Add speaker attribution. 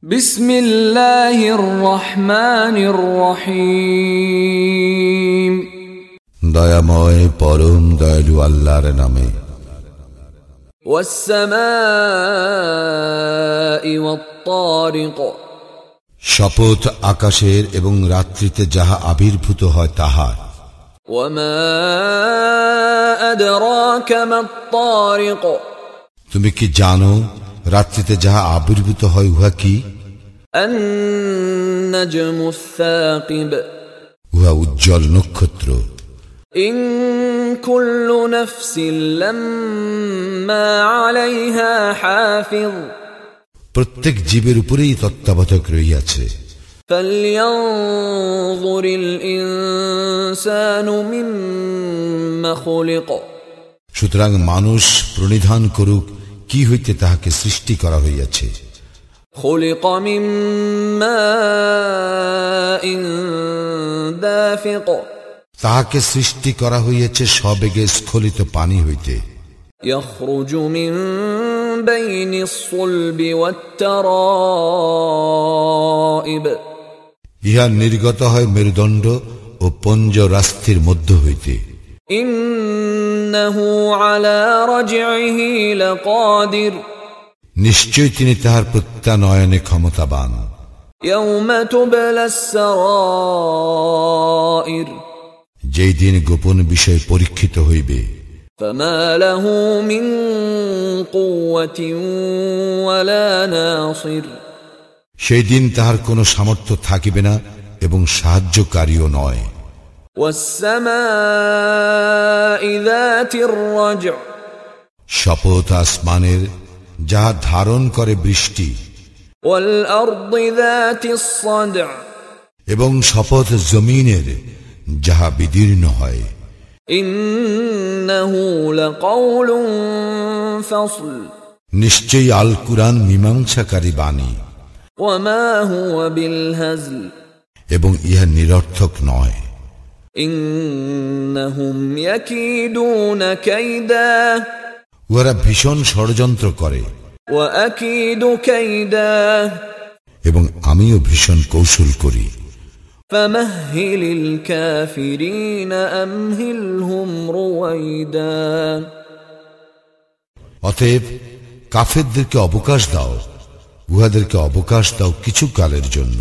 Speaker 1: بسم الله الرحمن الرحيم
Speaker 2: দয়াময় পরম দয়ালু আল্লাহর নামে
Speaker 1: والسماء والطارق
Speaker 2: শপথ আকাশের এবং রাত্রিতে যাহা আবির্ভূত হয় তাহার
Speaker 1: وما أدراك ما الطارق
Speaker 2: তুমি কি জানো রাত্রিতে যাহা আবির্ভূত হয় উহা কি
Speaker 1: النجم الثاقب
Speaker 2: উহা উজ্জ্বল নক্ষত্র
Speaker 1: إن كل نفس لما عليها حافظ
Speaker 2: প্রত্যেক জীবের উপরেই তত্ত্বাবধায়ক রহিয়াছে
Speaker 1: فلينظر الإنسان مما خلق
Speaker 2: সুতরাং মানুষ প্রণিধান করুক কি হইতে তাহাকে সৃষ্টি করা হইয়াছে
Speaker 1: خلق من ماء دافق
Speaker 2: তাহাকে সৃষ্টি করা হইয়াছে সবেগে স্খলিত পানি হইতে
Speaker 1: يخرج من بين الصلب والترائب
Speaker 2: ইহা নির্গত হয় মেরুদণ্ড ও পঞ্জ রাস্তির মধ্য হইতে
Speaker 1: إنه على رجعه لقادر
Speaker 2: নিশ্চয় তিনি তাহার প্রত্যানয়নে ক্ষমতাবান
Speaker 1: يوم تبلى السرائر
Speaker 2: যেই দিন গোপন বিষয় পরীক্ষিত হইবে
Speaker 1: فما له من قوة ولا ناصر
Speaker 2: সেই দিন তাহার কোনো সামর্থ্য থাকিবে না এবং সাহায্যকারীও নয়
Speaker 1: والسماء ذات الرجع
Speaker 2: শপথ আসমানের যাহা ধারণ করে বৃষ্টি
Speaker 1: والأرض ذات الصدع
Speaker 2: এবং শপথ জমিনের যাহা বিদীর্ণ হয়
Speaker 1: إنه لقول فصل
Speaker 2: নিশ্চয়ই আল কুরআন মীমাংসাকারী বাণী
Speaker 1: وما هو بالهزل
Speaker 2: এবং ইহা নিরর্থক নয়
Speaker 1: إنهم يكيدون كيدا
Speaker 2: উহারা ভীষণ ষড়যন্ত্র করে
Speaker 1: وأكيد كيدا
Speaker 2: এবং আমিও ভীষণ কৌশল করি
Speaker 1: فمهل الكافرين أمهلهم رويدا
Speaker 2: অতএব কাফেরদেরকে অবকাশ দাও উহাদেরকে অবকাশ দাও কিছু কালের জন্য